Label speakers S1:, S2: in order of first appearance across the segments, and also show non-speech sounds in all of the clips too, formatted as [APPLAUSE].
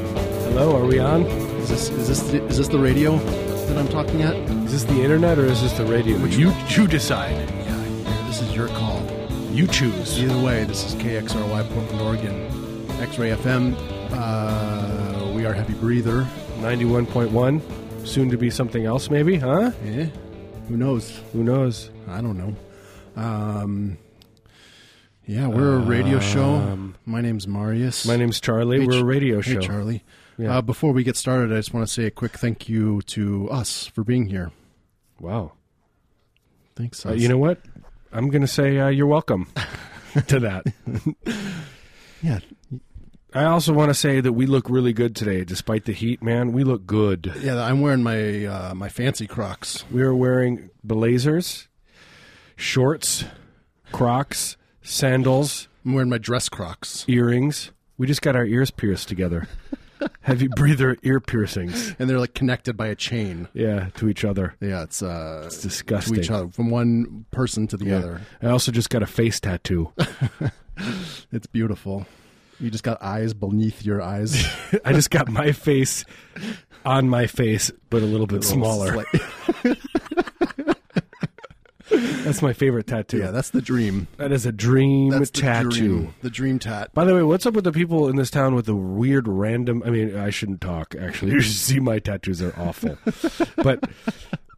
S1: Hello, are we on?
S2: Is this is this the, is this the radio that I'm talking at?
S1: Is this the internet or is this the radio?
S2: you you decide. Yeah, yeah, this is your call.
S1: you choose.
S2: Either way, this is KXRY Portland, Oregon, X-Ray FM. Uh, we are Happy Breather.
S1: 91.1, soon to be something else maybe, huh?
S2: Eh? Who knows?
S1: Who knows?
S2: I don't know. Um, yeah, we're a radio show. My name's Marius.
S1: Um, My name's Charlie.
S2: Hey,
S1: We're a
S2: Ch-
S1: radio
S2: hey,
S1: show.
S2: Charlie.
S1: Yeah.
S2: Uh, before we get started, I just want to say a quick thank you to us for being here.
S1: Wow.
S2: Thanks.
S1: Uh,
S2: us.
S1: you know what? I'm going to say uh, you're
S2: [LAUGHS]
S1: welcome to that.
S2: yeah,
S1: I also want to say that we look really good today despite the heat, man. We look good.
S2: yeah. I'm wearing my uh, my fancy Crocs.
S1: We are wearing blazers, shorts, Crocs, sandals,
S2: I'm wearing my dress Crocs,
S1: earrings. We just got our ears pierced together. Heavy breather ear piercings.
S2: and they're like connected by a chain.
S1: Yeah, to each other.
S2: Yeah, it's uh, it's
S1: disgusting.
S2: To each other, from one person to the other.
S1: I also just got a face
S2: [LAUGHS]
S1: tattoo.
S2: It's beautiful. You just got eyes beneath your [LAUGHS] eyes.
S1: I just got my face on my face, but a little bit smaller.
S2: It's like-
S1: that's my favorite tattoo.
S2: yeah, that's the [LAUGHS] dream.
S1: that is a dream
S2: That's the
S1: tattoo.
S2: dream. The dream tat.
S1: By the way, what's up with the people in this town with the weird random? I mean, I shouldn't talk. Actually, [LAUGHS] you should see my tattoos; they're awful. but,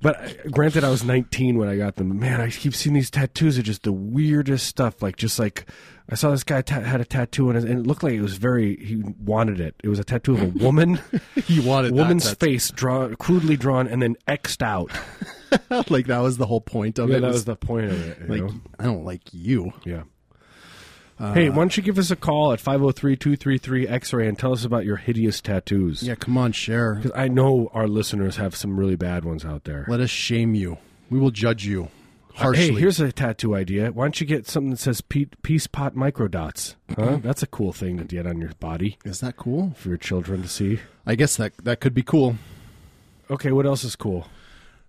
S1: but granted, I was 19 when I got them. Man, I keep seeing these tattoos of just the weirdest stuff. Like, just like I saw this guy ta- had a tattoo on his, and it looked like it was very. He wanted it. It was a tattoo of a woman,
S2: [LAUGHS] You wanted
S1: woman's
S2: that,
S1: face drawn, crudely drawn, and then X'd out.
S2: that's- like that was the whole point of
S1: Yeah,
S2: it.
S1: that
S2: was
S1: was the point of it. you
S2: like
S1: know?
S2: I don't like you.
S1: Yeah. hey, why don't you give us a call at 503 233 X ray and tell us about your hideous tattoos?
S2: Yeah, come on, share.
S1: 'Cause I know our listeners have some really bad ones out there.
S2: Let us shame you. We will judge you harshly.
S1: Hey, here's a tattoo idea. Why don't you get something that says pe- Peace Pot Microdots? Huh?
S2: Mm-hmm.
S1: That's a cool thing to get on your body
S2: Is that cool?
S1: for your children to see.
S2: I guess that that could be cool.
S1: Okay, what else is cool?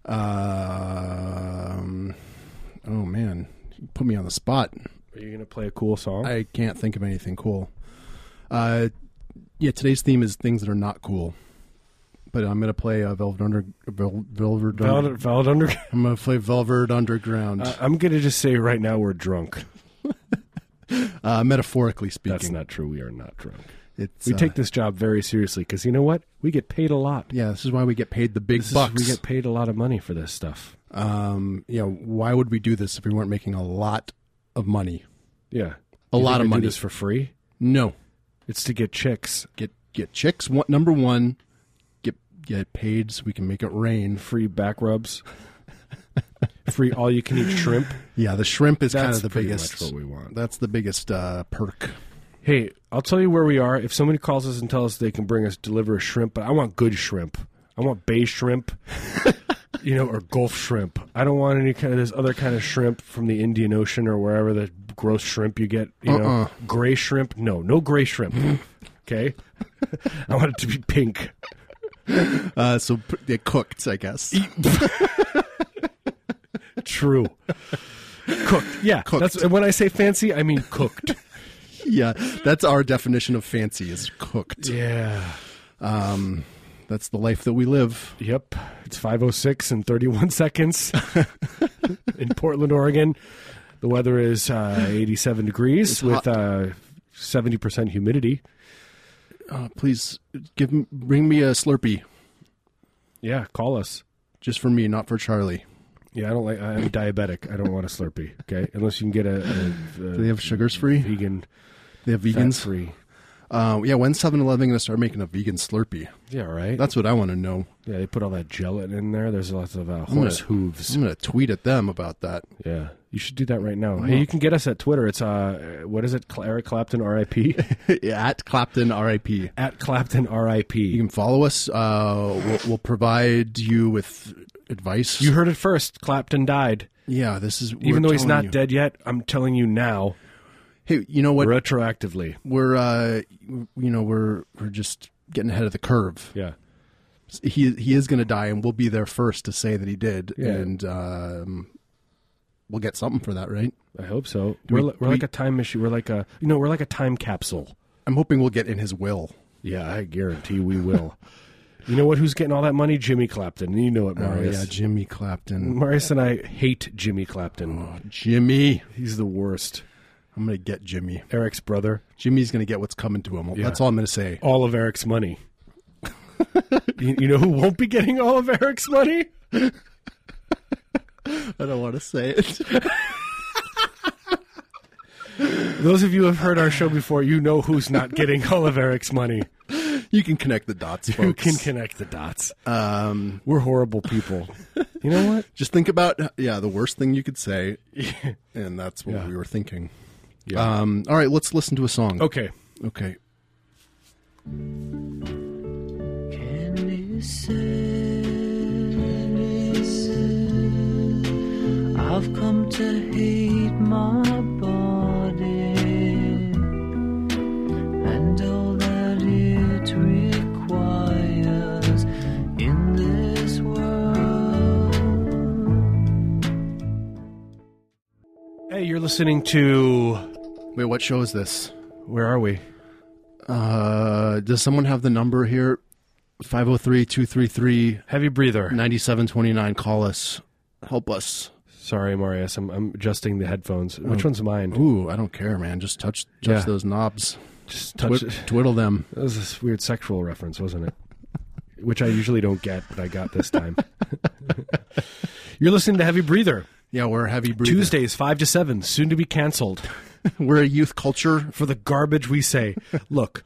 S2: Um, oh man, you put me on the spot.
S1: Are you going to play a cool song?
S2: I can't think of anything cool. Uh, yeah, today's theme is things that are not cool. But I'm gonna play uh, Velvet Under Vel- Velvet Under.
S1: Valid, valid under-
S2: I'm gonna play Velvet Underground.
S1: I- I'm going to just say right now we're drunk.
S2: Uh, metaphorically
S1: That's
S2: speaking,
S1: not true. We are not drunk.
S2: it's
S1: We
S2: uh,
S1: take this job very seriously because you know what? We get paid a lot.
S2: yeah. This is why we get paid the big
S1: This is-
S2: bucks.
S1: we get paid a lot of money for this stuff.
S2: um, you know, why would we do this if we weren't making a lot of money?
S1: Yeah,
S2: A
S1: You think
S2: lot of
S1: we do
S2: money.
S1: this for free.
S2: No,
S1: It's to get chicks.
S2: get get chicks. One, number one, get get paid so we can make it rain.
S1: Free back rubs. free all you can eat shrimp.
S2: Yeah, the shrimp is
S1: That's
S2: kind of the
S1: pretty
S2: biggest.
S1: much what we want.
S2: That's the biggest uh, perk.
S1: Hey, I'll tell you where we are. If somebody calls us and tells us they can bring us deliver a shrimp, but I want good shrimp. I want bay
S2: [LAUGHS]
S1: shrimp. You know, or Gulf shrimp. I don't want any kind of this other kind of shrimp from the Indian Ocean or wherever the gross shrimp you get. You
S2: Uh-uh. Mm.
S1: know, gray shrimp. No, no gray shrimp. okay, [LAUGHS] I want it to be pink.
S2: Uh, so p- they cooked, I guess. [LAUGHS]
S1: True. cooked. Yeah.
S2: Cooked.
S1: That's and when I say fancy, I mean
S2: [LAUGHS]
S1: cooked.
S2: [LAUGHS] yeah, that's our definition of fancy is cooked.
S1: yeah.
S2: Um, that's the life that we live.
S1: Yep. It's 506 and 31 [LAUGHS] seconds in Portland, Oregon. The weather is uh, 87 degrees with
S2: hot.
S1: uh, 70% humidity.
S2: Uh, please give m- bring me a Slurpee,
S1: Yeah, call us.
S2: just for me, not for Charlie.
S1: Yeah, I don't like I'm diabetic. I don't want a Slurpee, okay? Unless you can get a, a, a
S2: Do they have sugars free?
S1: vegan
S2: They have
S1: vegans
S2: vegans.
S1: free.
S2: Uh, yeah, when's 7-Eleven going to start making a vegan Slurpee?
S1: Yeah, right.
S2: That's what I want to know.
S1: yeah, they put all that gelatin in there. There's lots of uh,
S2: gonna-
S1: horse hooves.
S2: I'm going to tweet at them about that. [LAUGHS]
S1: Yeah, you should do that right now. Hey, you can get us at Twitter. It's uh, what is it? Cla- Eric Clapton R.I.P.
S2: at Clapton R.I.P.
S1: at Clapton
S2: You
S1: R.I.P.
S2: can follow us. Uh, we'll, we'll provide you with advice.
S1: You heard it first. Clapton died,
S2: yeah, this is
S1: even
S2: we're
S1: though he's
S2: telling
S1: not
S2: you.
S1: dead yet. I'm telling you now,
S2: Hey, you know what?
S1: retroactively.
S2: We're uh, you know we're we're just getting ahead of the curve.
S1: Yeah,
S2: He he is going to die, and we'll be there first to say that he did,
S1: Yeah.
S2: and um, we'll get something for that, right?
S1: I hope so. We're, li- we're like a time machine. We're like a you know we're like a time capsule.
S2: I'm hoping we'll get in his will.
S1: Yeah, I guarantee we will. you know what? Who's getting all that money? Jimmy Clapton. You know it,
S2: Oh
S1: Marius.
S2: yeah, Jimmy Clapton. Oh,
S1: Marius and I hate Jimmy Clapton.
S2: Jimmy,
S1: He's the worst.
S2: I'm gonna get Jimmy.
S1: Eric's brother.
S2: Jimmy's gonna get what's coming to him. That's all I'm
S1: [LAUGHS]
S2: gonna say.
S1: All of Eric's money. you, you know who won't be getting all of Eric's money?
S2: I don't want to say it.
S1: Those of you who have heard our show before, you know who's not getting all of Eric's money.
S2: [LAUGHS] you can connect the dots, folks.
S1: Who can connect the dots?
S2: um,
S1: We're horrible people. You know what?
S2: just think about yeah, the worst thing you
S1: [LAUGHS]
S2: could say, and that's what
S1: Yeah.
S2: we were thinking.
S1: Yeah.
S2: Um, all right, let's listen to a song.
S1: Uh, Okay.
S2: okay.
S3: Can you say, say, I've come to hate my body and all that it requires in this world?
S1: Hey, you're listening to.
S2: Wait, what show is this?
S1: Where are we?
S2: Uh, does someone have the number here? 503-233-9729.
S1: Heavy breather.
S2: Call us. Help us.
S1: Sorry, Marius. I'm, I'm adjusting the headphones. Which one's mine?
S2: Ooh, I don't care, man. Just touch touch
S1: Yeah.
S2: those knobs.
S1: Just
S2: Twi-
S1: touch. it.
S2: twiddle them.
S1: That was this weird sexual reference, wasn't it? Which I usually don't get, but I got this time. You're listening to Heavy Breather.
S2: Yeah, we're a heavy breather.
S1: Tuesdays, 5 to 7, soon to be canceled
S2: We're a youth culture.
S1: for the garbage we say. Look,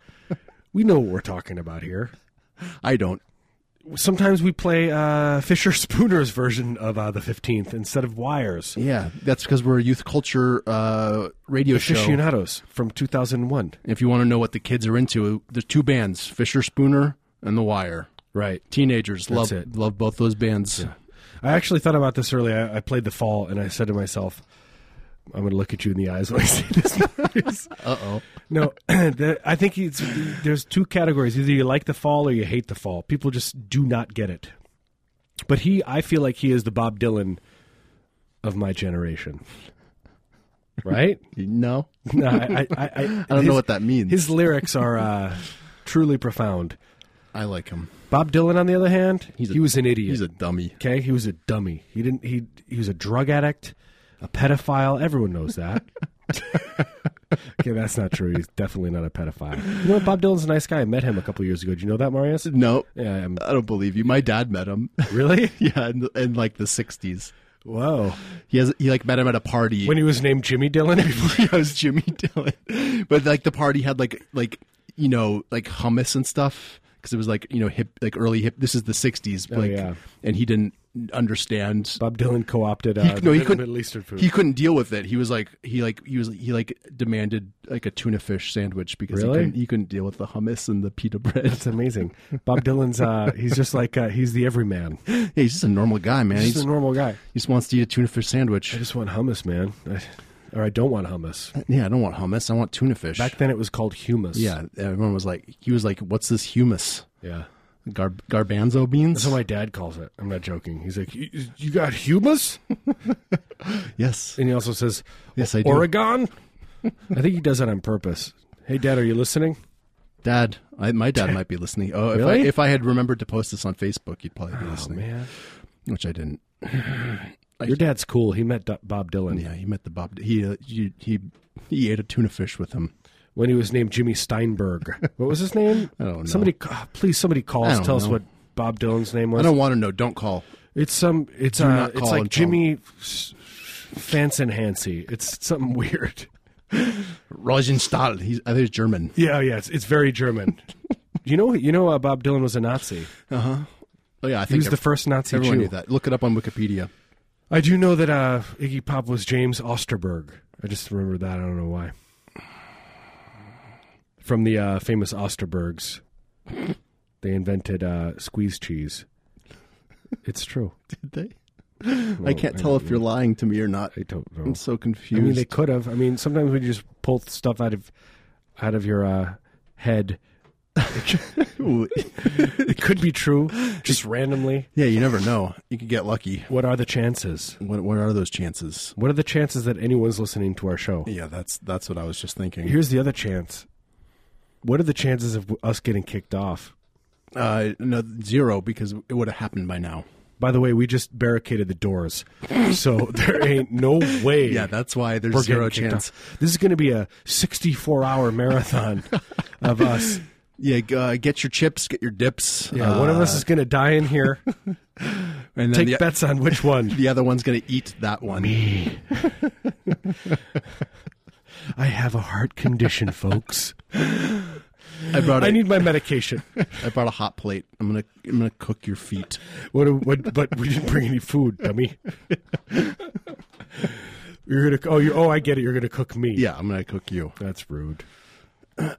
S1: we know what we're talking about here.
S2: I don't.
S1: Sometimes we play uh, Fisher Spooner's version of uh, the 15th instead of Wires.
S2: Yeah, that's because we're a youth culture uh, radio show.
S1: Aficionados from 2001.
S2: If you want to know what the kids are into, there's two bands, Fisher Spooner and The Wire.
S1: Right.
S2: Teenagers love
S1: it.
S2: love both those bands.
S1: I actually thought about this earlier. I, I played the fall, and I said to myself, "I'm going to look at you in the eyes when I say this." Marius."
S2: Uh oh.
S1: [LAUGHS] no, [CLEARS THROAT] the, I think it's, there's two categories: either you like the fall or you hate the fall. People just do not get it. But he, I feel like he is the Bob Dylan of my generation, [LAUGHS] right?
S2: No,
S1: no, I, I, I, I
S2: [LAUGHS] I don't know what that means.
S1: His lyrics are uh, truly profound.
S2: I like him.
S1: Bob Dylan, on the other hand,
S2: He's a-
S1: he was an idiot.
S2: He's a dummy.
S1: Okay, he was a dummy. He didn't. He he was a drug addict, a pedophile. Everyone knows that. [LAUGHS] okay, that's not true. He's definitely not a pedophile. You know, what? Bob Dylan's a nice guy. I met him a couple years ago. Do you know that, Marius?
S2: No,
S1: Yeah, I'm, [LAUGHS]
S2: I don't believe you. My dad met him. [LAUGHS]
S1: really?
S2: yeah, in, in like the '60s.
S1: Whoa!
S2: He has he like met him at a party. [LAUGHS]
S1: When he was named Jimmy Dylan, [LAUGHS]
S2: Yeah, it was Jimmy Dylan. But like the party had like like you know like hummus and stuff because it was like you know hip like early hip. This is the '60s. Like,
S1: yeah.
S2: and he didn't understand.
S1: Bob Dylan co-opted uh,
S2: He- no, he
S1: Mid-
S2: couldn't-
S1: Middle Eastern food.
S2: He couldn't deal with it. He was like he like he was he like demanded like a tuna fish sandwich because
S1: Really?
S2: he, couldn't, he couldn't deal with the hummus and the pita bread. [LAUGHS]
S1: it's amazing. Bob Dylan's uh, he's just like uh, he's the
S2: [LAUGHS]
S1: everyman.
S2: yeah, he's just a normal guy, man.
S1: He's
S2: He's,
S1: just a normal guy.
S2: he just wants to eat a tuna fish
S1: I
S2: sandwich.
S1: just want hummus, man. I, or I don't want hummus.
S2: Yeah, I don't want hummus. I want tuna fish.
S1: Back then, it was called humus.
S2: yeah, everyone was like he was like, "What's this humus?
S1: yeah.
S2: Gar- garbanzo beans?"
S1: That's what my dad calls it. I'm not joking. He's like, "You- "You got humus,"
S2: yes,
S1: and he also says,
S2: yes, I do.
S1: "Oregon." I think he does that on purpose. Hey, Dad, are you listening?
S2: Dad, I, my dad might be listening. Oh, if,
S1: Really? Oh,
S2: I, if I had remembered to post this on Facebook, he'd probably be listening,
S1: man,
S2: which I didn't.
S1: your dad's cool. He met Do- Bob Dylan
S2: Yeah, he met the Bob. He uh, he he, he ate a tuna fish with him.
S1: when he was named Jimmy Steinberg. What was his name?
S2: [LAUGHS] I don't know.
S1: Somebody, ah, please, somebody call
S2: I
S1: us.
S2: don't
S1: Tell us
S2: know.
S1: what Bob Dylan's name
S2: I
S1: was.
S2: don't want to know. Don't call.
S1: It's some. It's
S2: Do
S1: uh,
S2: not
S1: It's
S2: call
S1: like
S2: and tell
S1: Jimmy S- Fanson Hansi. It's something weird.
S2: Rosenstahl. He's I think he's German.
S1: Yeah, yeah. It's, it's very
S2: [LAUGHS]
S1: German. you know, you know, uh, Bob Dylan was a Nazi.
S2: Oh yeah, I
S1: He
S2: think
S1: was the first Nazi
S2: everyone
S1: Jew.
S2: knew that. Look it up on Wikipedia.
S1: I do know that uh, Iggy Pop was James Osterberg. I just remember that. I don't know why. From the uh, famous Osterbergs, they invented uh, squeeze cheese. It's true.
S2: Did they? [LAUGHS] I can't tell if you're lying to me or not.
S1: I don't
S2: [LAUGHS]
S1: know.
S2: I'm so
S1: I mean,
S2: confused. [LAUGHS]
S1: they could have. I mean, sometimes when you just pull stuff out of out of your uh, head,
S2: Ooh,
S1: it could be
S2: [GASPS]
S1: true, just randomly.
S2: yeah, you never know. You could get lucky.
S1: What are the chances?
S2: What what are those chances?
S1: What are the chances that anyone's listening to our show?
S2: Yeah, that's that's what I was just thinking.
S1: Here's the other chance. what are the chances of us getting kicked off?
S2: Uh, no, zero because it would have happened by now.
S1: By the way, we just barricaded the
S2: [LAUGHS]
S1: doors, so there ain't no way.
S2: Yeah, that's why there's
S1: we're
S2: zero
S1: getting kicked
S2: chance.
S1: off. This is going to be a 64 hour
S2: [LAUGHS]
S1: marathon of us.
S2: Yeah, g- uh, get your chips, get your dips. Uh,
S1: Yeah, one of us is going to die in here.
S2: and then
S1: Take
S2: the,
S1: bets on which
S2: [LAUGHS]
S1: one.
S2: the other one's going to eat that one.
S1: I have a heart
S2: [LAUGHS]
S1: condition, folks.
S2: I brought a,
S1: I
S2: I,
S1: need my medication.
S2: brought a hot plate. I'm gonna I'm gonna cook your feet.
S1: What, what, but we didn't bring any food,
S2: [LAUGHS]
S1: dummy. You're gonna oh you oh I get it. You're gonna cook me.
S2: Yeah, I'm gonna cook you.
S1: that's rude.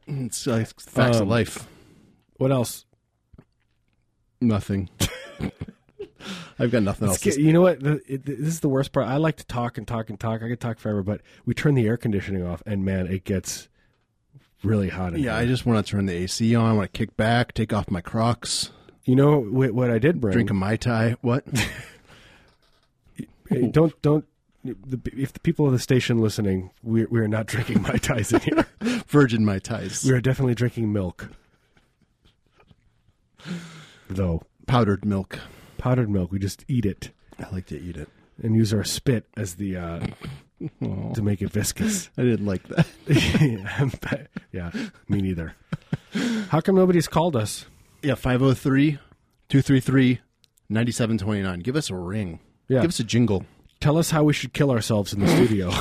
S2: It's uh, facts
S1: Um,
S2: of life.
S1: What else?
S2: Nothing. [LAUGHS] I've got nothing else.
S1: Let's get-
S2: to
S1: you know what? The, it, this is the worst part. I like to talk and talk and talk. I could talk forever, but we turn the air conditioning off, and man, it gets really hot. In
S2: yeah, I
S1: here.
S2: just want to turn the AC on. I want to kick back, take off my Crocs,
S1: you know what, what I did bring.
S2: drink a mai tai. [LAUGHS] What?
S1: Hey, don't don't. The, if the people of the station listening, we we are not drinking [LAUGHS] mai tais in here.
S2: Virgin mai tais.
S1: we are definitely drinking milk, though
S2: Powdered milk.
S1: powdered milk. We just eat it
S2: I like to eat it.
S1: and use our spit as the uh,
S2: Oh,
S1: to make it viscous. [LAUGHS]
S2: I didn't like that.
S1: yeah, [LAUGHS] me neither. How come nobody's called us?
S2: [LAUGHS] Yeah, 503 233 9729. Give us a ring.
S1: Yeah.
S2: Give us a jingle.
S1: Tell us how we should kill ourselves in the
S2: [LAUGHS]
S1: studio.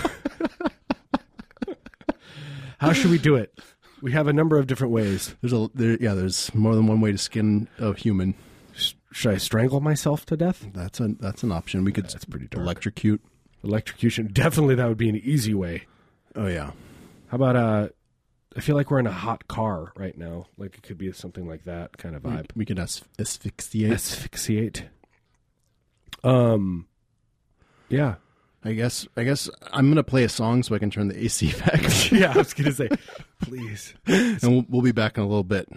S1: how should we do it? We have a number of different ways.
S2: There's a there yeah, there's more than one way to skin a human.
S1: S- Should I strangle myself to death?
S2: That's an that's an option. We could
S1: That's pretty dark.
S2: electrocute.
S1: Electrocution. Definitely that would be an easy way.
S2: Oh yeah.
S1: How about uh I feel like we're in a hot car right now. Like it could be something like that kind of vibe.
S2: We could as- asphyxiate.
S1: Asphyxiate. Um yeah. [LAUGHS]
S2: I guess I guess I'm going to play a song so I can turn the AC [LAUGHS] back.
S1: Yeah, I was gonna say, please.
S2: and we'll, we'll be back in a little bit.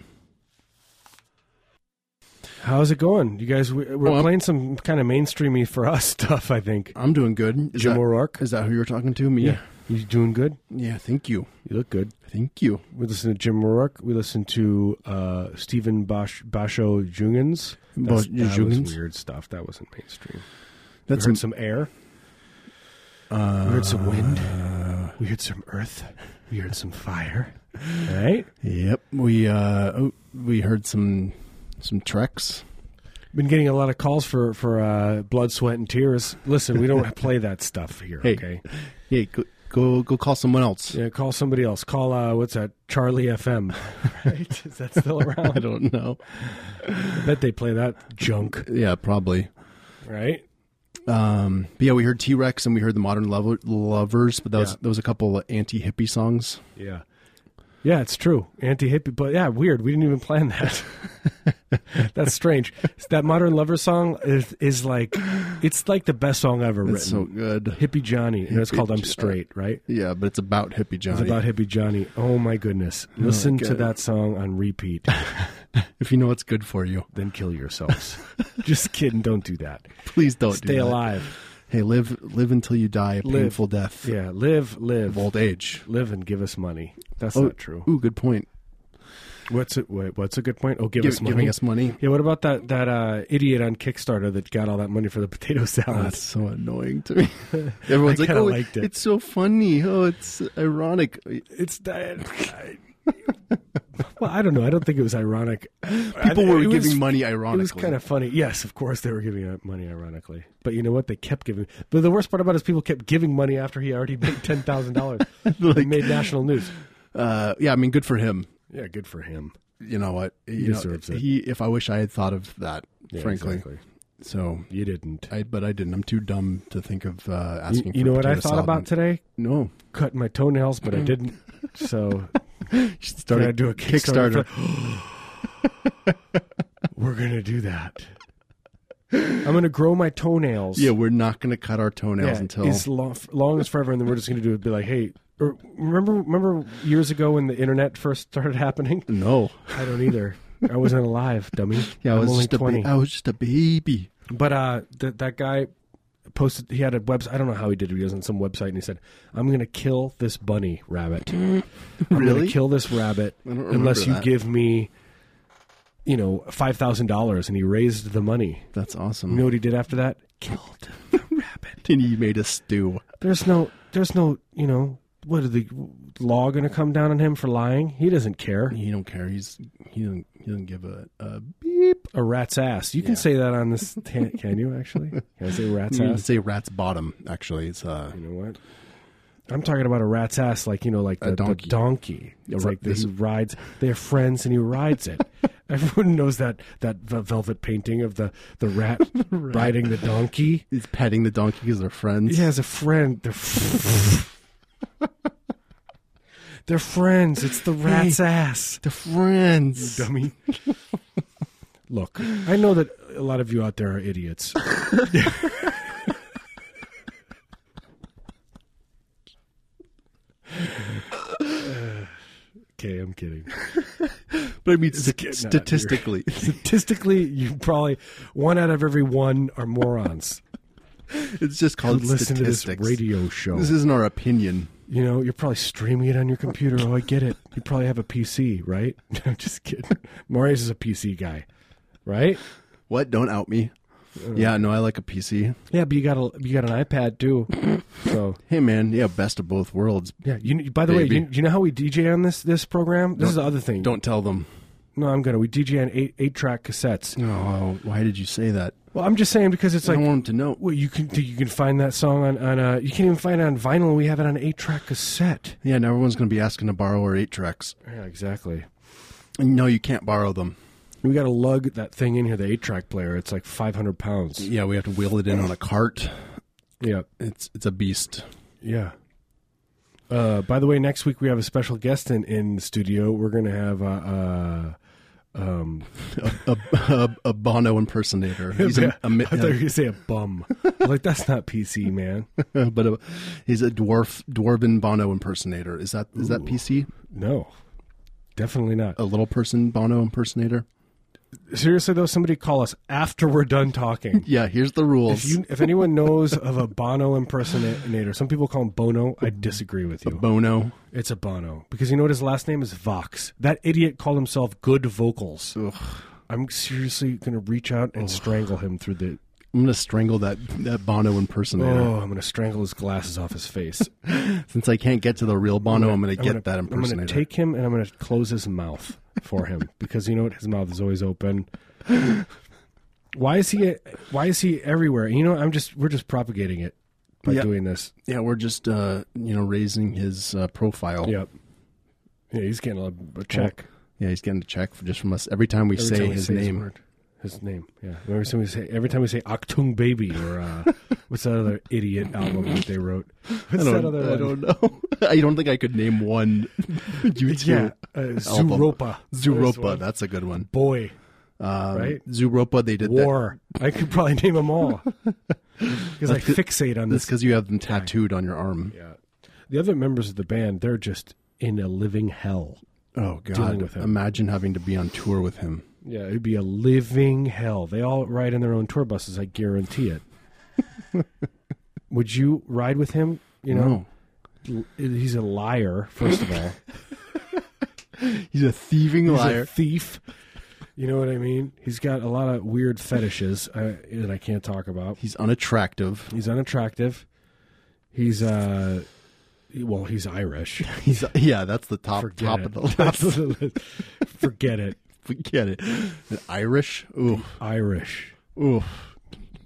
S1: How's it going? You guys, we- we're
S2: Well, I'm-
S1: playing some kind of mainstreamy for us [LAUGHS] stuff. I think.
S2: I'm doing good. Is
S1: Jim
S2: that,
S1: O'Rourke.
S2: is that who you're talking to? Me?
S1: you doing good?
S2: Yeah, thank you.
S1: You look good.
S2: Thank you.
S1: We listen to Jim O'Rourke. We listen to uh, Stephen Bosh- Basho Jungens. That's-
S2: Bosh-
S1: That
S2: Jungens?
S1: was weird stuff. That wasn't mainstream.
S2: That's
S1: we heard some air.
S2: uh,
S1: We heard some wind. We heard some earth. We heard some fire. All right.
S2: Yep. We uh oh, we heard some some treks.
S1: Been getting a lot of calls for for uh, blood, sweat, and tears. Listen, we don't play that stuff here.
S2: Hey.
S1: Okay.
S2: Hey, go go, go call someone else.
S1: Yeah, call somebody else. Call uh, what's that? Charlie FM. [LAUGHS] right? Is that still
S2: [LAUGHS] I
S1: around?
S2: don't know.
S1: I bet they play that junk,
S2: Yeah, probably.
S1: right?
S2: Um, but yeah, we heard T Rex and we heard the Modern Lover, Lovers, but that was
S1: Yeah.
S2: that was a couple anti hippie songs.
S1: Yeah, yeah, it's true. Anti hippie, but yeah, weird. We didn't even plan that.
S2: [LAUGHS]
S1: That's strange. That modern lover song is, is like, it's like the best song I've ever written.
S2: It's so good.
S1: hippie Johnny, and it's
S2: Hippie
S1: called "I'm
S2: Jo-
S1: Straight," right?
S2: Yeah, but it's about hippie
S1: It's
S2: Johnny.
S1: about hippie Johnny. Oh my goodness! Listen to
S2: God.
S1: that song on
S2: [LAUGHS]
S1: repeat.
S2: if you know what's good for you,
S1: then kill yourselves. Just kidding. Don't do
S2: [LAUGHS]
S1: that.
S2: please don't do
S1: Stay
S2: that.
S1: alive.
S2: Hey, live live until you die a
S1: Live.
S2: painful death
S1: Yeah, live,
S2: of
S1: live.
S2: old age.
S1: live and give us money. That's
S2: Oh,
S1: not true.
S2: Ooh, good point.
S1: What's it? Wait, what's a good point? Oh, give,
S2: Give,
S1: us money.
S2: Giving us money.
S1: yeah, what about that that uh, idiot on Kickstarter that got all that money for the [LAUGHS] potato salad?
S2: That's so annoying
S1: [LAUGHS]
S2: to me. Everyone's
S1: I
S2: like,
S1: kinda
S2: "Oh,
S1: liked it."
S2: it's so funny. Oh, it's ironic."
S1: it's I- I- well, I don't know. I don't think it was ironic.
S2: People were giving
S1: money.
S2: money
S1: It
S2: ironically.
S1: was kind of funny. Yes, of course they were giving out money ironically, but you know what? They kept giving. But the worst part about it is people kept giving money after he already made ten thousand dollars. [LAUGHS] They
S2: [LAUGHS] Like-
S1: made national news.
S2: uh, yeah. I mean, good for him.
S1: Yeah, good for him.
S2: You know what? You know,
S1: deserves it.
S2: He. If I wish I had thought of that,
S1: Yeah,
S2: frankly.
S1: exactly.
S2: So
S1: you didn't.
S2: I, but I didn't. I'm too dumb to think of uh,
S1: You,
S2: asking.
S1: you
S2: for
S1: know what I
S2: potato
S1: thought
S2: salad.
S1: about today?
S2: No,
S1: cut my toenails,
S2: [LAUGHS]
S1: but I didn't. So
S2: Just
S1: we're
S2: started
S1: gonna do a
S2: Kickstarter.
S1: Kickstarter. [GASPS] We're gonna do that. I'm gonna grow my toenails.
S2: Yeah, we're not going to cut our toenails
S1: Yeah,
S2: until
S1: as long, long as forever, and then we're just gonna do it. Be like, hey, or remember, remember years ago when the internet first started happening?
S2: no.
S1: I don't either. I wasn't alive, dummy.
S2: Yeah, I
S1: I'm
S2: was
S1: only
S2: just a ba-
S1: twenty.
S2: I was just a baby.
S1: But uh, th- that guy posted. He had a website. I don't know how he did it. He was on some website, and he said, "I'm going to kill this bunny
S2: [LAUGHS]
S1: rabbit. I'm going
S2: Really?
S1: to kill this rabbit
S2: I don't
S1: unless
S2: remember
S1: you
S2: that.
S1: give me, you know, five thousand dollars." And he raised the money.
S2: That's awesome.
S1: You know what he did after that? Killed the rabbit.
S2: [LAUGHS] and you made a stew.
S1: There's no. There's no. You know. What are the law going to come down on him for lying? He doesn't care.
S2: He don't care. He's he doesn't he doesn't give a, a beep.
S1: A rat's ass. You can
S2: Yeah.
S1: say that on this. [LAUGHS] Can, can you actually? Can I say rat's
S2: You can
S1: ass?
S2: say rat's bottom. Actually, it's uh,
S1: You know what? I'm talking about a rat's ass, like you know, like the
S2: A
S1: the donkey.
S2: donkey.
S1: It's
S2: ra-
S1: like this
S2: he-
S1: rides. They're friends, and he rides [LAUGHS] it. Everyone knows that that v- velvet painting of the [LAUGHS] the rat riding the donkey.
S2: he's petting the donkey because they're friends.
S1: He has a friend. They're f- [LAUGHS] they're friends. It's the rat's ass,
S2: they're
S1: [LAUGHS]
S2: friends.
S1: dummy. Look, I know that a lot of you out there are [LAUGHS] idiots. okay, I'm kidding.
S2: But I mean, st-
S1: kid, not [LAUGHS]
S2: statistically,
S1: Statistically, you probably one out of every one are morons
S2: it's just
S1: who
S2: called
S1: listen to this
S2: statistics.
S1: radio show.
S2: This isn't our opinion.
S1: You know, you're probably streaming it on your computer. Oh, I get it. You probably have a PC, right? [LAUGHS] No, just kidding. Marius is a PC guy, right?
S2: What? Don't out me.
S1: Uh.
S2: Yeah, no, I like a PC.
S1: Yeah, but you got a you got an iPad too. So
S2: Hey, man, yeah, best of both worlds.
S1: yeah, you. By the way, you,
S2: Baby.
S1: you know how we DJ on this this program? This is the other thing.
S2: Don't tell them.
S1: No, I'm gonna. We DJ on eight eight track cassettes.
S2: Oh, why did you say that?
S1: Well, I'm just saying because it's
S2: I
S1: like
S2: don't want them to know.
S1: well, you can you can find that song on on uh, you can't even find it on vinyl. We have it on eight track cassette.
S2: Yeah, now everyone's going to be asking to borrow our eight tracks.
S1: Yeah, exactly.
S2: And no, you can't borrow them.
S1: We got to lug that thing in here, the eight track player. It's like 500 pounds.
S2: Yeah, we have to wheel it in on a cart.
S1: Yeah.
S2: It's it's a beast.
S1: Yeah. Uh, by the way, next week we have a special guest in, in the studio. We're going to have uh, uh, um,
S2: A, a, a
S1: [LAUGHS]
S2: Bono impersonator. He's a, a, mi-
S1: I thought you were going to say a bum. I was like that's not PC, man.
S2: [LAUGHS] but a, he's a dwarf dwarven Bono impersonator. Is that is that PC?
S1: No, definitely not.
S2: A little person Bono impersonator?
S1: Seriously though, somebody call us after we're done talking.
S2: Yeah, here's the rules.
S1: If you, if anyone knows of a Bono impersonator, some people call him Bono. I disagree with you.
S2: Bono.
S1: It's a Bono because you know what his last name is Vox. That idiot called himself Good Vocals.
S2: Ugh.
S1: I'm seriously gonna reach out and strangle him through the.
S2: I'm going to strangle that, that Bono impersonator.
S1: Oh, I'm gonna strangle his glasses off his face.
S2: Since I can't get to the real Bono, I'm going to
S1: Oh. I'm
S2: get
S1: gonna-
S2: that impersonator.
S1: I'm gonna take him and I'm gonna close his mouth for him [LAUGHS] because you know what? His mouth is always
S2: [LAUGHS]
S1: open. Why is he? Why is he everywhere? You know, I'm just we're just propagating it by
S2: Yeah.
S1: doing this.
S2: Yeah, we're just uh, you know raising his uh, profile.
S1: Yep. Yeah, he's getting a, a check.
S2: yeah, he's getting a check for, just from us every time we
S1: Every
S2: say
S1: time we
S2: his
S1: his
S2: name.
S1: word. His name, yeah. Every time we say, every time we say "Octung Baby" or
S2: [LAUGHS]
S1: uh, what's that other idiot album that they wrote? What's
S2: I
S1: that
S2: don't,
S1: other
S2: I
S1: one?
S2: don't know. [LAUGHS] I don't think I could
S1: [LAUGHS]
S2: name one. you two.
S1: Yeah, uh,
S2: album.
S1: Zuropa. There's
S2: Zuropa,
S1: one.
S2: that's a good one.
S1: boy,
S2: Um,
S1: Right?
S2: Zuropa, they did that.
S1: war. I could probably name them
S2: [LAUGHS]
S1: all because I fixate on
S2: That's
S1: this.
S2: because you have them tattooed on your arm.
S1: Yeah. The other members of the band, they're just in a living hell.
S2: Oh
S1: Dealing
S2: God!
S1: with him.
S2: Imagine having to be on tour with him.
S1: Yeah, it'd be a living hell. They all ride in their own tour buses. I guarantee
S2: [LAUGHS]
S1: it. Would you ride with him? You know,
S2: No,
S1: l- he's a liar first of
S2: [LAUGHS]
S1: all
S2: he's a thieving
S1: he's
S2: liar.
S1: a thief you know what i mean he's got a lot of weird fetishes uh, that i can't talk about
S2: he's unattractive.
S1: he's unattractive he's uh well he's irish
S2: He's yeah, that's the top
S1: forget
S2: top
S1: it
S2: of the list. [LAUGHS]
S1: Top of [LAUGHS] the list. forget it
S2: Forget it. Irish. Ooh,
S1: irish
S2: ooh.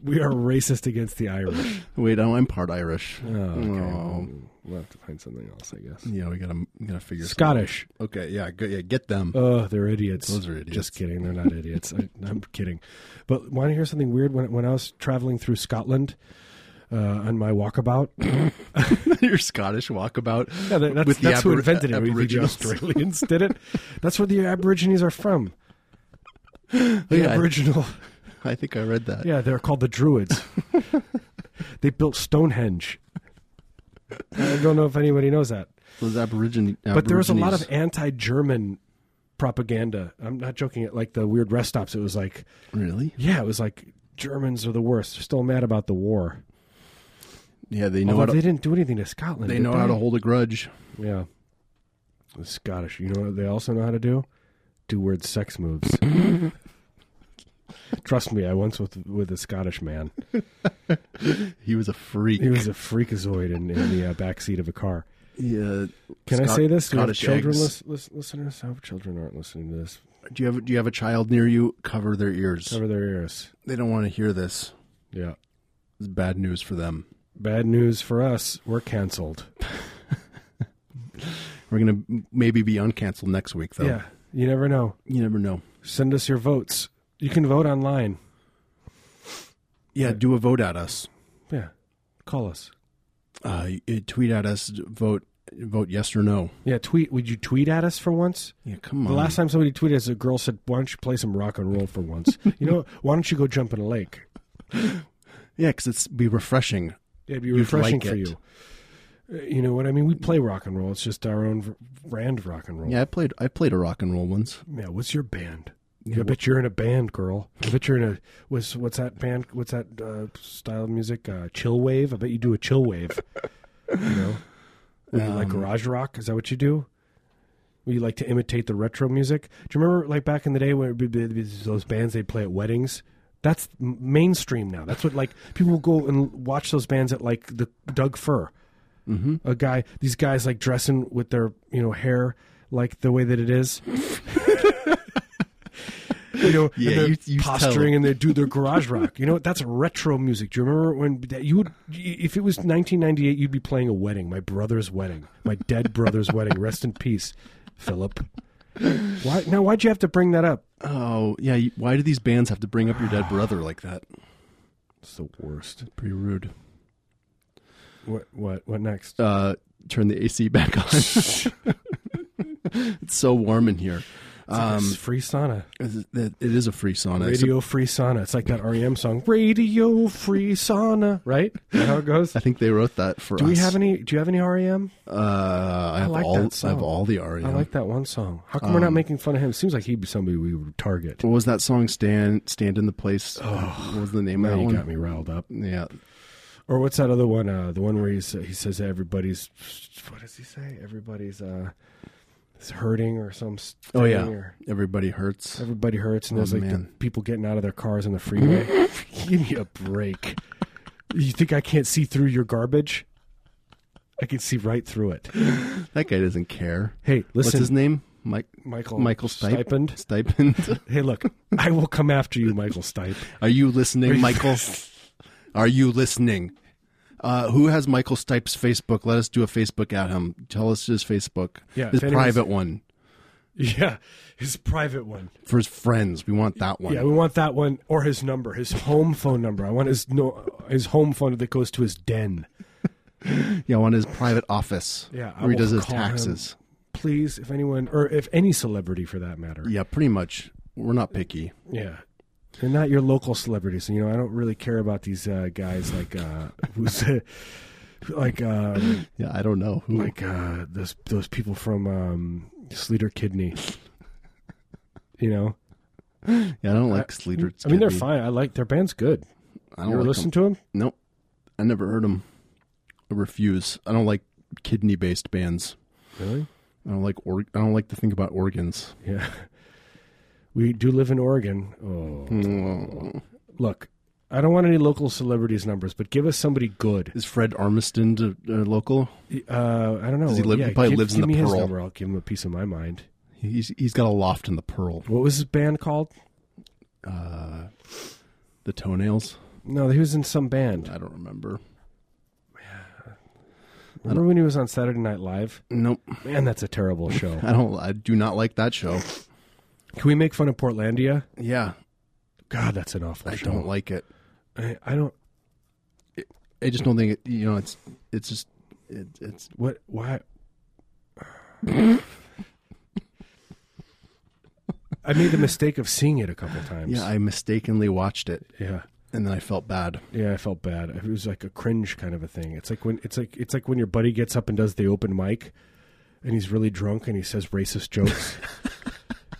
S1: we are racist against the
S2: [LAUGHS]
S1: irish
S2: Wait, no, I'm part Irish.
S1: oh, okay.
S2: Oh.
S1: we'll have to find something else i guess
S2: Yeah, we gotta we gotta figure. something-
S1: scottish
S2: Okay, yeah, go, yeah, get them.
S1: Oh, they're idiots.
S2: Those are idiots.
S1: Just kidding. They're not idiots. I, I'm kidding. But want to hear something weird? When when I was traveling through Scotland uh, on my
S2: [LAUGHS]
S1: walkabout,
S2: [LAUGHS] Your Scottish walkabout.
S1: yeah, that- that's,
S2: With the
S1: that's who
S2: Abor-
S1: invented it. We- The
S2: Aboriginals.
S1: Australians did it. That's where the Aborigines are
S2: [LAUGHS]
S1: from. The
S2: Yeah, I-
S1: Aboriginal.
S2: I think I read that.
S1: Yeah, they're called the
S2: [LAUGHS]
S1: Druids. they built Stonehenge. I don't know if anybody knows that.
S2: Those Aborigine.
S1: but there was a lot of anti-German propaganda. I'm not joking. At like the weird rest stops, it was like
S2: really.
S1: Yeah, it was like Germans are the worst. They're still mad about the war.
S2: yeah, they know
S1: Although
S2: how to,
S1: they didn't do anything to Scotland.
S2: they
S1: did
S2: know how to hold a grudge.
S1: Yeah. The Scottish. You know what they also know how to do? Do weird sex
S2: [LAUGHS]
S1: moves. Trust me, I once with with a Scottish man.
S2: He was a freak.
S1: He was a freakazoid in, in the uh, back seat of a car.
S2: yeah.
S1: Can I
S2: Scot-
S1: say this? Do we have
S2: uh, Scottish
S1: children
S2: eggs.
S1: lis- lis- listeners? I hope children aren't listening to this.
S2: Do you have Do you have a child near you? Cover their ears.
S1: Cover their ears.
S2: They don't want to hear this.
S1: Yeah.
S2: It's bad news for them.
S1: Bad news for us. We're canceled.
S2: We're gonna m- maybe be uncanceled next week, though.
S1: Yeah. You never know.
S2: You never know.
S1: Send us your votes. You can vote online.
S2: Yeah, do a vote at us.
S1: Yeah. Call us.
S2: Uh, y- tweet at us. Vote vote yes or no.
S1: Yeah. Tweet. Would you tweet at us for once?
S2: Yeah, come on.
S1: The last time somebody tweeted us, a girl said, "Why don't you play some rock and roll for
S2: [LAUGHS]
S1: once? you know, why don't you go jump in a lake?
S2: yeah, because it's be refreshing.
S1: It'd be
S2: You'd
S1: refreshing
S2: like
S1: for
S2: it.
S1: you." Uh, You know what I mean? We play rock and roll. It's just our own v- brand rock and roll.
S2: Yeah, I played I played a rock and roll once.
S1: Yeah. What's your band?
S2: Yeah,
S1: I bet you're in a band, girl. I bet you're in a what's what's that band? What's that uh, style of music? Uh, chill wave. I bet you do a chill wave. you know, Would you like garage rock? Is that what you do? Would you like to imitate the retro music? Do you remember like back in the day when it would be- be those bands they play at weddings? That's m- mainstream now. That's what like people go and watch those bands at like the Doug Fur
S2: Mm-hmm.
S1: a guy these guys like dressing with their you know hair like the way that it is [LAUGHS] you know
S2: Yeah,
S1: and they're
S2: you- you tell.
S1: posturing and they do their garage rock you know what? that's retro music do you remember when that you would if it was 1998 you'd be playing a wedding my brother's wedding my dead brother's [LAUGHS] wedding rest in peace philip why now why'd you have to bring that up
S2: Oh yeah, you, why do these bands have to bring up your dead brother like that?
S1: it's the worst
S2: Pretty rude.
S1: what what what next
S2: Uh, turn the AC back
S1: [LAUGHS]
S2: on. it's so warm in here. Um,
S1: It's free sauna
S2: it it is a free sauna. except
S1: Radio Free Sauna. It's like that REM song, Radio Free Sauna, right? Is that how it goes?
S2: I think they wrote that for
S1: Do
S2: us.
S1: we have any? Do you have any REM?
S2: Uh, I have
S1: like
S2: all.
S1: that
S2: I
S1: song.
S2: have all the E REM.
S1: I like that one song. How come we're not making fun of him? Seems like he'd be somebody we would target.
S2: what was Um, that song? Stand, stand in the place. what was the name of
S1: Now
S2: that
S1: you
S2: one?
S1: got me riled up.
S2: Yeah,
S1: Or what's that other one? Uh, the one where he sa- he says everybody's what does he say? Everybody's uh, is hurting or some. s-
S2: Oh,
S1: thing
S2: yeah.
S1: or
S2: everybody hurts.
S1: everybody hurts and there's
S2: Oh,
S1: like the
S2: man.
S1: people getting out of their cars on the
S2: [LAUGHS]
S1: freeway. Give me a break. You think I can't see through your garbage? I can see right through it.
S2: That guy doesn't care.
S1: Hey,
S2: What's
S1: listen,
S2: his name? Mike
S1: Michael.
S2: Michael Stipe?
S1: Stipend.
S2: Stipend. [LAUGHS]
S1: Hey, look, I will come after you, Michael Stipe. [LAUGHS]
S2: Are you listening, Michael? Are you listening? Uh, who has Michael Stipe's Facebook? Let us do a Facebook at him. Tell us his Facebook.
S1: Yeah,
S2: his
S1: if anyone's-
S2: private one
S1: Yeah, his private one.
S2: for his friends. We want that one.
S1: Yeah, we want that one or his number, his home phone number. I want his no, his home phone that goes to his den.
S2: Yeah, I want his private office.
S1: Yeah, I
S2: where he
S1: will
S2: does his
S1: call
S2: taxes.
S1: Please, if anyone or if any celebrity for that matter.
S2: Yeah, pretty much. We're not picky.
S1: Yeah. They're not your local celebrities. You know, I don't really care about these uh, guys like uh, who's [LAUGHS] like uh,
S2: Yeah, I don't know who.
S1: like uh, those those people from um, Sleater Kidney. You know,
S2: yeah, I don't like Sleater.
S1: I mean, they're fine. I like their band's good.
S2: I
S1: You
S2: don't
S1: ever
S2: like
S1: listen
S2: them.
S1: to them?
S2: Nope, I never heard them. I refuse. I don't like kidney-based bands.
S1: Really?
S2: I don't like. Or- I don't like to think
S1: [LAUGHS]
S2: about organs.
S1: Yeah. We do live in Oregon. Oh.
S2: Mm.
S1: Look, I don't want any local celebrities' numbers, but give us somebody good.
S2: Is Fred Armiston to, uh, local?
S1: Uh, I don't know.
S2: Does he live-
S1: yeah,
S2: he probably
S1: give,
S2: lives in
S1: give
S2: the
S1: me his
S2: Pearl.
S1: number. I'll give him a piece of my mind.
S2: He's he's got a loft in the Pearl.
S1: What was his band called?
S2: Uh, the toenails.
S1: No, he was in some band.
S2: I don't remember.
S1: Remember when he was on Saturday Night Live?
S2: Nope.
S1: Man, that's a terrible show.
S2: [LAUGHS] I don't. I do not like that show.
S1: Can we make fun of Portlandia?
S2: Yeah,
S1: God, that's an awful
S2: I
S1: show.
S2: don't like it.
S1: I, I don't.
S2: I just don't think it. You know, it's it's just it, it's
S1: What? Why? I made the mistake of seeing it a couple times.
S2: Yeah, I mistakenly watched it
S1: yeah.
S2: and then I felt bad.
S1: Yeah, I felt bad. It was like a cringe kind of a thing. It's like when it's like it's like when your buddy gets up and does the open mic, and he's really drunk and he says racist
S2: [LAUGHS]
S1: jokes.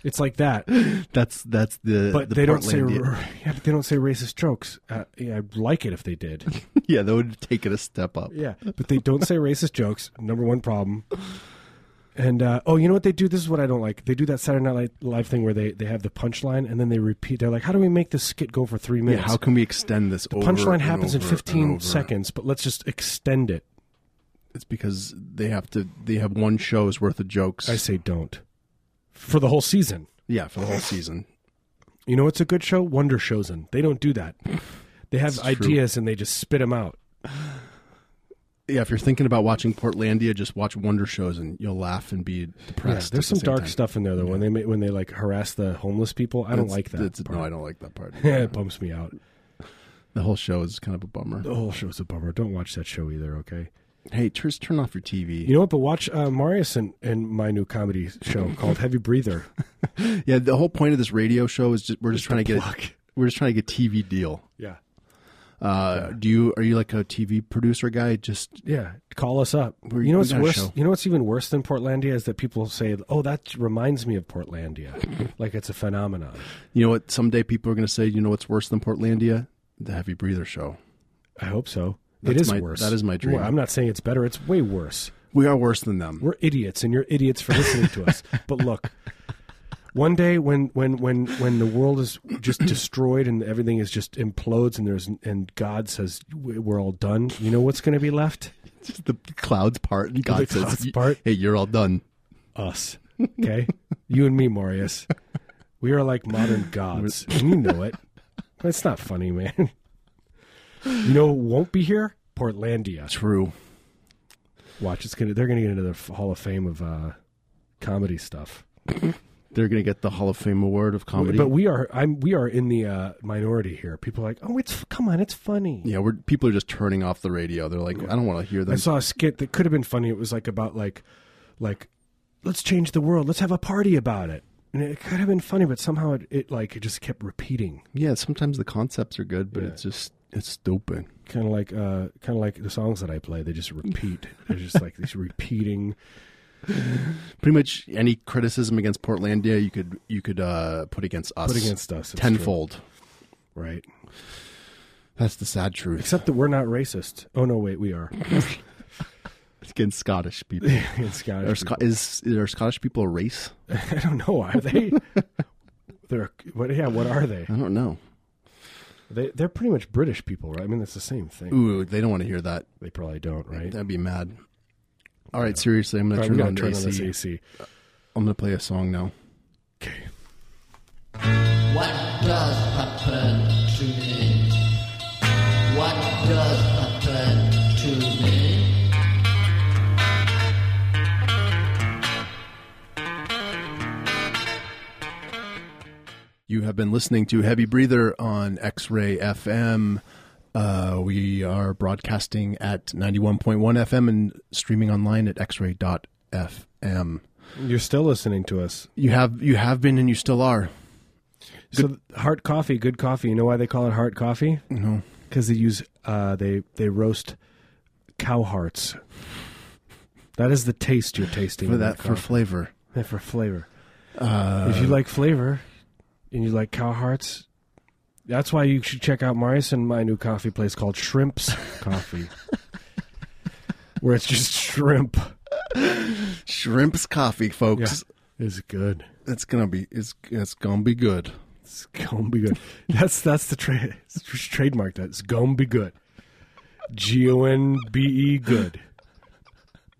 S1: it's like that,
S2: That's that's the
S1: but
S2: the
S1: they don't say [LAUGHS]
S2: Portlandia- [LAUGHS]
S1: yeah, but they don't say racist jokes. Uh, yeah, I'd like it if they did.
S2: [LAUGHS] yeah, that would take it a step up.
S1: Yeah, but they don't say racist jokes. Number one problem. And uh, oh, you know what they do? This is what I don't like. They do that Saturday Night Li- Live thing where they, they have the punchline and then they repeat. They're like, "How do we make this skit go for three
S2: Yeah,
S1: minutes?"
S2: how can we extend this? The
S1: punchline happens in fifteen seconds, but let's just extend it.
S2: It's because they have to. They have one show's worth of jokes.
S1: I say don't for the whole season.
S2: Yeah, for the whole season.
S1: You know, it's a good show. Wonder Chosen. They don't do that. They have
S2: It's true.
S1: ideas and they just spit them out.
S2: Yeah, if you're thinking about watching Portlandia, just watch Wonder Shows and you'll laugh and be
S1: Yeah,
S2: depressed.
S1: there's
S2: at
S1: some
S2: the same
S1: dark
S2: time.
S1: stuff in there though. When they ma- when they like harass the homeless people, I don't
S2: It's-
S1: like that.
S2: it's- No, I don't like that part.
S1: Yeah, [LAUGHS] it bumps me out.
S2: the whole show is kind of a bummer.
S1: The whole show's a bummer. Don't watch that show either. Okay.
S2: Hey, just turn off your TV.
S1: You know what? But watch uh, Marius and, and my new comedy show called Heavy
S2: [LAUGHS]
S1: Breather.
S2: Yeah, the whole point of this radio show is just we're just, trying to get
S1: plug.
S2: [LAUGHS] we're just trying to get TV deal.
S1: Yeah,
S2: Uh, Do you are you like a TV producer guy? Just
S1: yeah. Call us up.
S2: We're-
S1: you know what's
S2: we got a
S1: worse?
S2: show.
S1: You know what's even worse than Portlandia is that people say, "Oh, that reminds me of
S2: [LAUGHS]
S1: Portlandia," like it's a phenomenon.
S2: you know what? Someday people are going to say, you know what's worse than Portlandia? The Heavy Breather show.
S1: I hope so. it
S2: That's
S1: is
S2: my-
S1: worse.
S2: that is my dream.
S1: Well, I'm not saying it's better. It's way worse.
S2: We are worse than them.
S1: We're idiots, and you're idiots for listening to us. But look, one day when when when when the world is just destroyed and everything is just implodes, and there's and God says we're all done. You know what's going to be left?
S2: Just the clouds part and God says,
S1: clouds
S2: "You-
S1: part.
S2: "Hey, you're all done."
S1: us. Okay? you and me, Marius. We are like modern gods. and you know it. It's not funny, man. You know who won't be here? Portlandia.
S2: True.
S1: Watch, it's gonna they're gonna get into the f- Hall of Fame of uh comedy stuff.
S2: They're going to get the Hall of Fame award of comedy.
S1: But we are I'm we are in the uh minority here. People are like, Oh, it's come on, it's funny.
S2: yeah, we're people are just turning off the radio. They're like, I don't want to hear
S1: I
S2: them.
S1: saw a skit that could have been funny. It was like about like, like, let's change the world. Let's have a party about it. And it could have been funny, but somehow it, it like it just kept repeating.
S2: Yeah, sometimes the concepts are good, but
S1: Yeah.
S2: it's just it's stupid.
S1: kind of like uh kind of like the songs that I play. They just
S2: [LAUGHS]
S1: repeat. They're just like these repeating.
S2: Pretty much any criticism against Portlandia, you could you could uh, put against us.
S1: Put against us it's
S2: tenfold.
S1: true. right?
S2: That's the sad truth.
S1: Except that we're not racist. Oh no, wait, we are. [LAUGHS]
S2: It's against Scottish people.
S1: In Scottish,
S2: Are Sco- is are Scottish people a race?
S1: [LAUGHS] I don't know. Are
S2: [LAUGHS]
S1: they? they're what? Yeah, what are they?
S2: I don't know.
S1: They they're pretty much British people, right? I mean, that's the same thing.
S2: Ooh, they don't want to hear that.
S1: They probably don't, right?
S2: That'd be mad. All right, seriously, I'm gonna
S1: All right, we
S2: turn,
S1: gotta turn
S2: on, the
S1: on
S2: AC.
S1: this AC.
S2: I'm gonna play a song now.
S1: Okay.
S4: What does happen to me? What does happen to me?
S2: You have been listening to Heavy Breather on X Ray FM. Uh, we are broadcasting at 91.1 FM and streaming online at xray.fm.
S1: You're still listening to us.
S2: You have you have been and you still are.
S1: So heart coffee, good coffee. You know why they call it heart coffee?
S2: No.
S1: because they use uh, they they roast cow hearts. That is the taste you're tasting
S2: For
S1: in
S2: that for
S1: coffee.
S2: flavor. Uh,
S1: Yeah, for flavor. if you like flavor and you like cow hearts, that's why you should check out Marius and my new coffee place called Shrimp's
S2: [LAUGHS]
S1: Coffee, where it's just shrimp.
S2: Shrimp's coffee,
S1: Yeah,
S2: folks.
S1: it's good.
S2: It's gonna be it's it's gonna be good.
S1: It's gonna be
S2: [LAUGHS]
S1: good. That's that's the tra- trademark. That it's gonna be good. G O N B E good.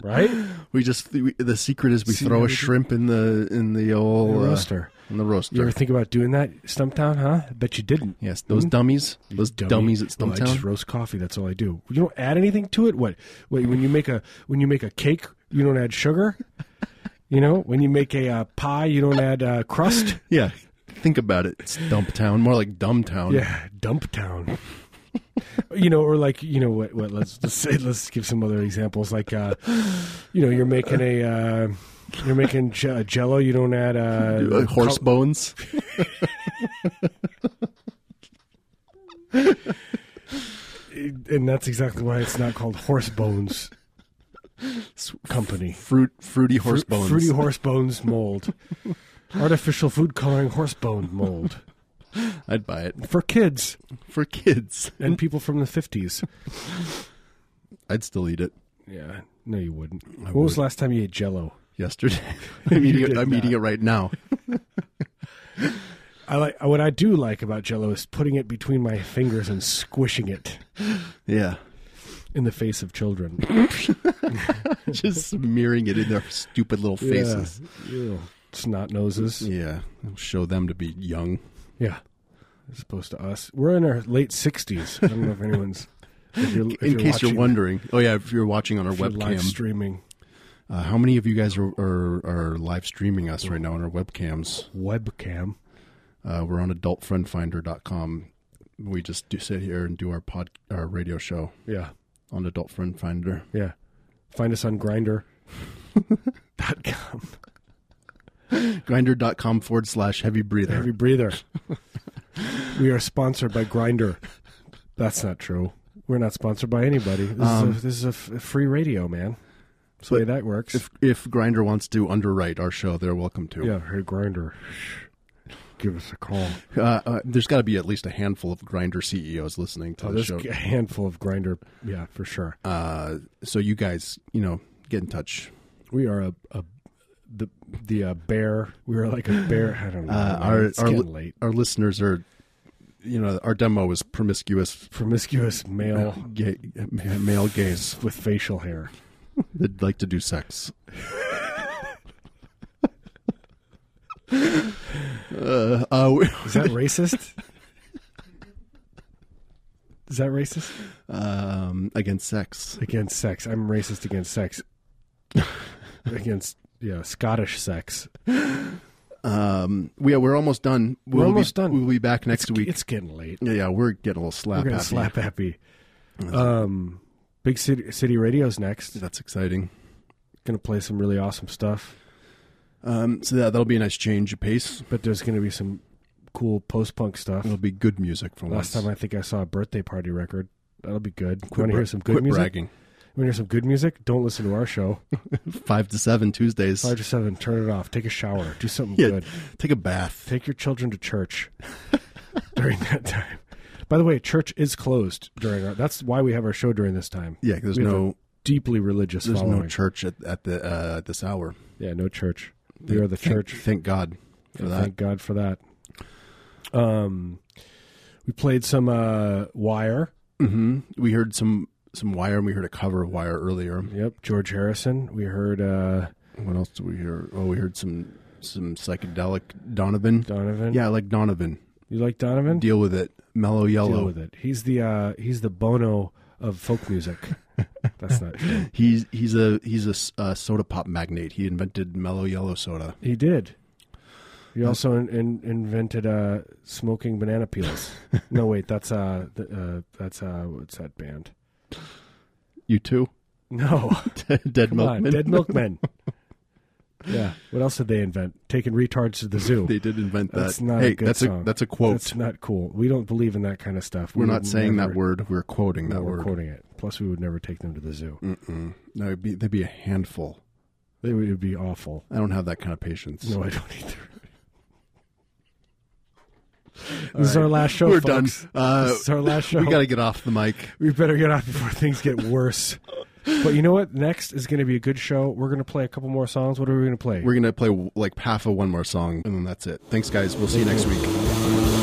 S1: Right.
S2: We just we, the secret is we
S1: See
S2: throw
S1: how
S2: a
S1: we do-
S2: shrimp in the in the old uh,
S1: The roaster.
S2: in the roaster.
S1: You ever think about doing that, Stumptown? Huh? Bet you didn't.
S2: yes, those dummies, those
S1: Dummy.
S2: dummies at
S1: Well, I just
S2: Stumptown.
S1: roast coffee. That's all I do. You don't add anything to it. What? Wait, when you make a when you make a cake, you don't add sugar. You know, when you make a uh, pie, you don't add uh, crust.
S2: yeah, think about it. It's Dumptown, more like Dumbtown.
S1: Yeah, Dumptown. [LAUGHS] you know, or like you know what? What? Let's let's say, let's give some other examples. Like, uh, you know, you're making a uh, you're making j- Jello. You don't add
S2: Uh,
S1: uh, [LAUGHS]
S2: horse bones.
S1: and that's exactly why it's not called Horse Bones Company.
S2: Fruit, fruity horse
S1: Fru-
S2: bones.
S1: Fruity horse bones mold. Artificial food coloring horse bone mold
S2: I'd buy it
S1: for kids.
S2: for kids.
S1: and people from the 50s.
S2: I'd still eat it
S1: Yeah. No, you wouldn't. When was the last time you ate jello? [LAUGHS]
S2: yesterday. I'm, eating it,
S1: did
S2: I'm
S1: not.
S2: eating it right now.
S1: I like what I do like about jello is putting it between my fingers and squishing it
S2: Yeah.
S1: in the face of children.
S2: [LAUGHS] Just smearing it in their stupid little [LAUGHS] faces.
S1: Yeah. Ew. Snot noses.
S2: Yeah. Show them to be young.
S1: Yeah. As opposed to us. We're in our late 60s. I don't know if anyone's. If you're, if
S2: in case
S1: watching,
S2: you're wondering. Oh, yeah. If you're watching on our
S1: if you're live
S2: webcam,
S1: streaming
S2: uh, how many of you guys are, are, are live streaming us right now on our webcams?
S1: webcam.
S2: Uh, we're on adultfriendfinder.com. We just do sit here and do our pod, our radio show
S1: Yeah.
S2: on Adult Friend Finder.
S1: Yeah. Find us on Grinder. dot com.
S2: Grinder.com forward slash heavy breather.
S1: Heavy breather. we are sponsored by Grinder. That's not true. We're not sponsored by anybody. This
S2: Um,
S1: is, a, this is a f- free radio, man. That's the way that works.
S2: if if Grinder wants to underwrite our show, they're welcome to.
S1: yeah, hey Grinder, give us a call.
S2: Uh, uh, there's got to be at least a handful of Grinder CEOs listening to
S1: Oh,
S2: the
S1: there's
S2: show.
S1: a handful of Grinder. Yeah, for sure.
S2: Uh, so you guys, you know, get in touch.
S1: we are a, a the the uh, bear. We are like a bear. I don't know.
S2: Uh,
S1: man.
S2: our
S1: it's
S2: our,
S1: getting late.
S2: our listeners are, you know, our demo is promiscuous
S1: Promiscuous male
S2: gay, male gays
S1: with facial hair.
S2: that like to do sex. [LAUGHS] uh, uh, we-
S1: Is that racist? Is that racist?
S2: um, against sex.
S1: against sex. I'm racist against sex.
S2: [LAUGHS]
S1: against yeah, Scottish sex.
S2: Um, yeah, we're almost done. We'll be,
S1: almost done.
S2: We'll be back next week.
S1: It's getting late.
S2: Yeah, yeah, we're getting a little slap
S1: We're gonna
S2: happy.
S1: slap happy. Um, Big City City Radio's next.
S2: That's exciting.
S1: Gonna play some really awesome stuff,
S2: Um, so that, that'll be a nice change of pace.
S1: but there's gonna be some cool post punk stuff.
S2: It'll be good music for
S1: Last
S2: once.
S1: time I think I saw a birthday party record. That'll be good.
S2: Quit
S1: Want to
S2: bra-
S1: hear some good
S2: quit
S1: music?
S2: bragging.
S1: Want to hear some good music? Don't listen to our
S2: [LAUGHS]
S1: show.
S2: Five to seven Tuesdays.
S1: Five to seven. Turn it off. Take a shower. Do something
S2: yeah,
S1: good.
S2: take a bath.
S1: take your children to church
S2: [LAUGHS]
S1: during that time. By the way, church is closed during our. That's why we have our show during this time.
S2: Yeah, there's
S1: We have
S2: no
S1: Deeply religious.
S2: there's
S1: following.
S2: no church at, at the uh, at this hour.
S1: Yeah, no church. We are the
S2: Thank-
S1: church.
S2: Thank, God for
S1: And
S2: that.
S1: Thank God for that. Um, we played some uh, Wire.
S2: hmm We heard some some Wire and we heard a cover of Wire earlier.
S1: Yep, George Harrison. We heard uh,
S2: What else did we hear? Oh, we heard some some psychedelic Donovan.
S1: Donovan.
S2: Yeah, I like Donovan.
S1: you like Donovan?
S2: Deal with it. Mellow Yellow.
S1: Deal with it. He's the uh, he's the Bono of folk
S2: [LAUGHS]
S1: music. That's not true.
S2: He's he's a he's a s- uh, soda pop magnate. He invented mellow yellow soda.
S1: He did. He also in, in, invented uh, smoking banana peels.
S2: [LAUGHS]
S1: no, wait, that's uh, th- uh, that's uh, what's that band?
S2: You too, [LAUGHS]
S1: No, [LAUGHS]
S2: Dead
S1: come on,
S2: Milkman.
S1: Dead Milkmen. yeah, what else did they invent? Taking retards to the zoo.
S2: [LAUGHS] They did invent that.
S1: That's not
S2: hey,
S1: a good
S2: that's
S1: song.
S2: a that's a quote.
S1: That's not cool. We don't believe in that kind of stuff. We
S2: we're
S1: would
S2: not saying
S1: never-
S2: that word. We're quoting
S1: No,
S2: that
S1: we're
S2: word.
S1: quoting it. Plus, we would never take them to the zoo.
S2: Mm-mm. No, it'd be, there'd be a handful.
S1: They would, it would be awful.
S2: I don't have that kind of patience.
S1: No, I don't
S2: [LAUGHS]
S1: either. this is our last show.
S2: we're
S1: folks.
S2: done. Uh,
S1: this is our last show.
S2: [LAUGHS] we got to get off the mic.
S1: We better get off before things get worse. but you know what? Next is going to be a good show. We're going to play a couple more songs. What are we going to play?
S2: We're gonna play like half of one more song, and then that's it. Thanks, guys. We'll see you next week.